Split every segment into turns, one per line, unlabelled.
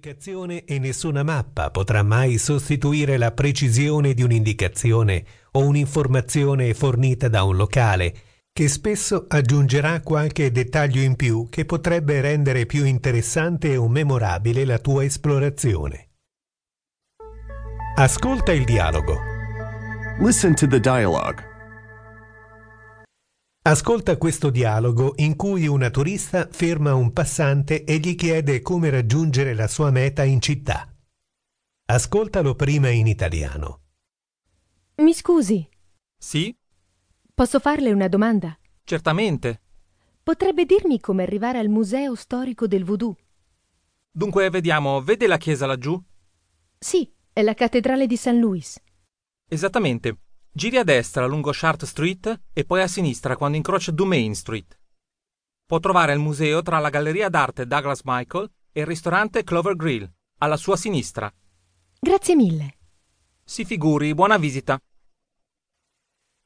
applicazione e nessuna mappa potrà mai sostituire la precisione di un'indicazione o un'informazione fornita da un locale, che spesso aggiungerà qualche dettaglio in più che potrebbe rendere più interessante o memorabile la tua esplorazione. Ascolta il dialogo.
Listen to the dialogue.
Ascolta questo dialogo in cui una turista ferma un passante e gli chiede come raggiungere la sua meta in città. Ascoltalo prima in italiano.
Mi scusi,
Sì,
posso farle una domanda?
certamente.
Potrebbe dirmi come arrivare al museo storico del voodoo?
Dunque, vediamo, vede la chiesa laggiù?
Sì, è la cattedrale di San Luis.
Esattamente. Giri a destra lungo Shart Street e poi a sinistra quando incrocia Dumain Street. Può trovare il museo tra la galleria d'arte Douglas Michael e il ristorante Clover Grill, alla sua sinistra.
Grazie mille.
Si figuri, buona visita.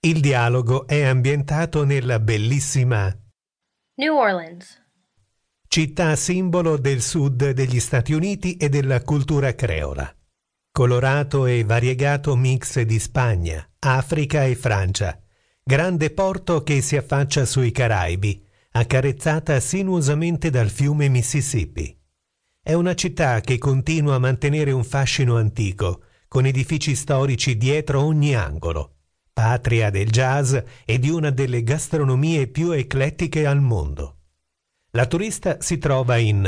Il dialogo è ambientato nella bellissima
New Orleans.
città simbolo del sud degli Stati Uniti e della cultura creola. Colorato e variegato mix di Spagna, Africa e Francia, grande porto che si affaccia sui Caraibi, accarezzata sinuosamente dal fiume Mississippi. È una città che continua a mantenere un fascino antico, con edifici storici dietro ogni angolo, patria del jazz e di una delle gastronomie più eclettiche al mondo. La turista si trova in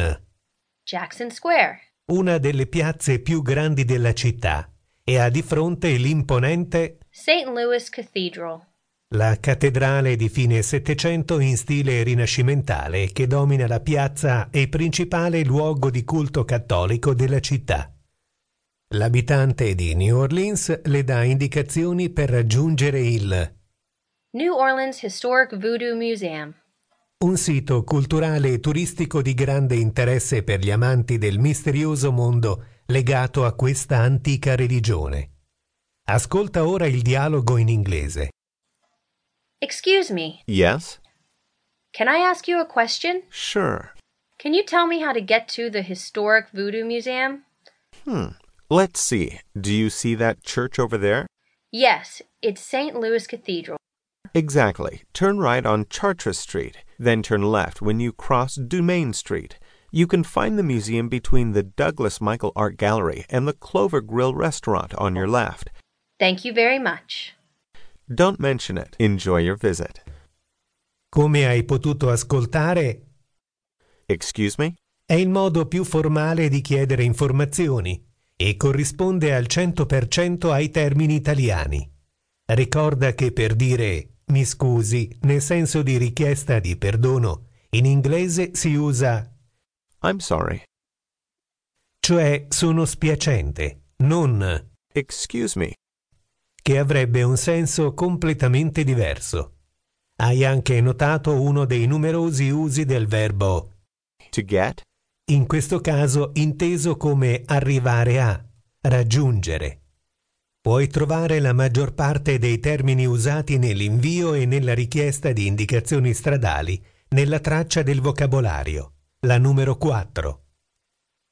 Jackson Square.
una delle piazze più grandi della città e ha di fronte l'imponente
St. Louis Cathedral.
la cattedrale di fine Settecento in stile rinascimentale che domina la piazza e principale luogo di culto cattolico della città. L'abitante di New Orleans le dà indicazioni per raggiungere il
New Orleans Historic Voodoo Museum.
Un sito culturale e turistico di grande interesse per gli amanti del misterioso mondo legato a questa antica religione. Ascolta ora il dialogo in inglese.
Excuse me,
Yes?
can I ask you a question?
Sure.
Can you tell me how to get to the Historic Voodoo Museum?
Hmm. Let's see. Do you see that church over there?
Yes, it's St. Louis Cathedral.
Exactly. Turn right on Chartres Street, then turn left when you cross Dumain Street. You can find the museum between the Douglas Michael Art Gallery and the Clover Grill restaurant on your left.
Thank you very much.
Don't mention it. Enjoy your visit.
Come hai potuto ascoltare,
Excuse me?
è il modo più formale di chiedere informazioni e corrisponde al 100% ai termini italiani. Ricorda che per dire mi scusi nel senso di richiesta di perdono in inglese si usa
I'm sorry.
cioè sono spiacente, non
Excuse me.
che avrebbe un senso completamente diverso. Hai anche notato uno dei numerosi usi del verbo,
To get?
in questo caso inteso come arrivare a, raggiungere. Puoi trovare la maggior parte dei termini usati nell'invio e nella richiesta di indicazioni stradali nella traccia del vocabolario, la numero 4.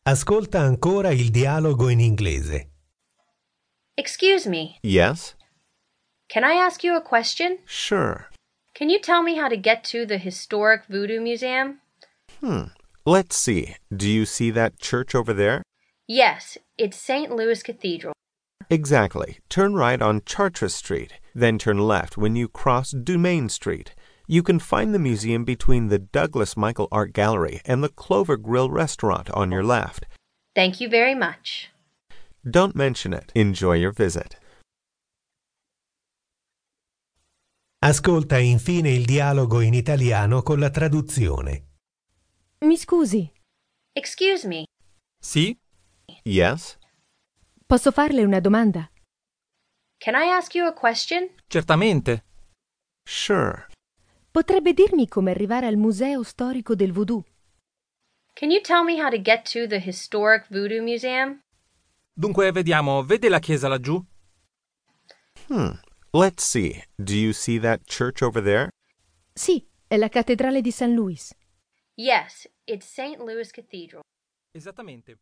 Ascolta ancora il dialogo in inglese.
Excuse me,
Yes?
can I ask you a question?
Sure.
Can you tell me how to get to the Historic Voodoo Museum?
Hmm. Let's see. Do you see that church over there?
Yes, it's St. Louis Cathedral.
Exactly. Turn right on Chartres Street, then turn left when you cross Dumain Street. You can find the museum between the Douglas Michael Art Gallery and the Clover Grill restaurant on your left.
Thank you very much.
Don't mention it. Enjoy your visit.
Ascolta infine il dialogo in italiano con la traduzione.
Mi scusi,
Excuse me,
Sì,
Yes?
posso farle una domanda?
can I ask you a question?
certamente.
Sure.
Potrebbe dirmi come arrivare al museo storico del voodoo?
Can you tell me how to get to the Historic Voodoo Museum?
Dunque, vediamo, vede la chiesa laggiù?
Hmm. Let's see. Do you see that church over there?
Sì, è la cattedrale di San Luis.
Yes, it's St. Louis Cathedral.
Esattamente.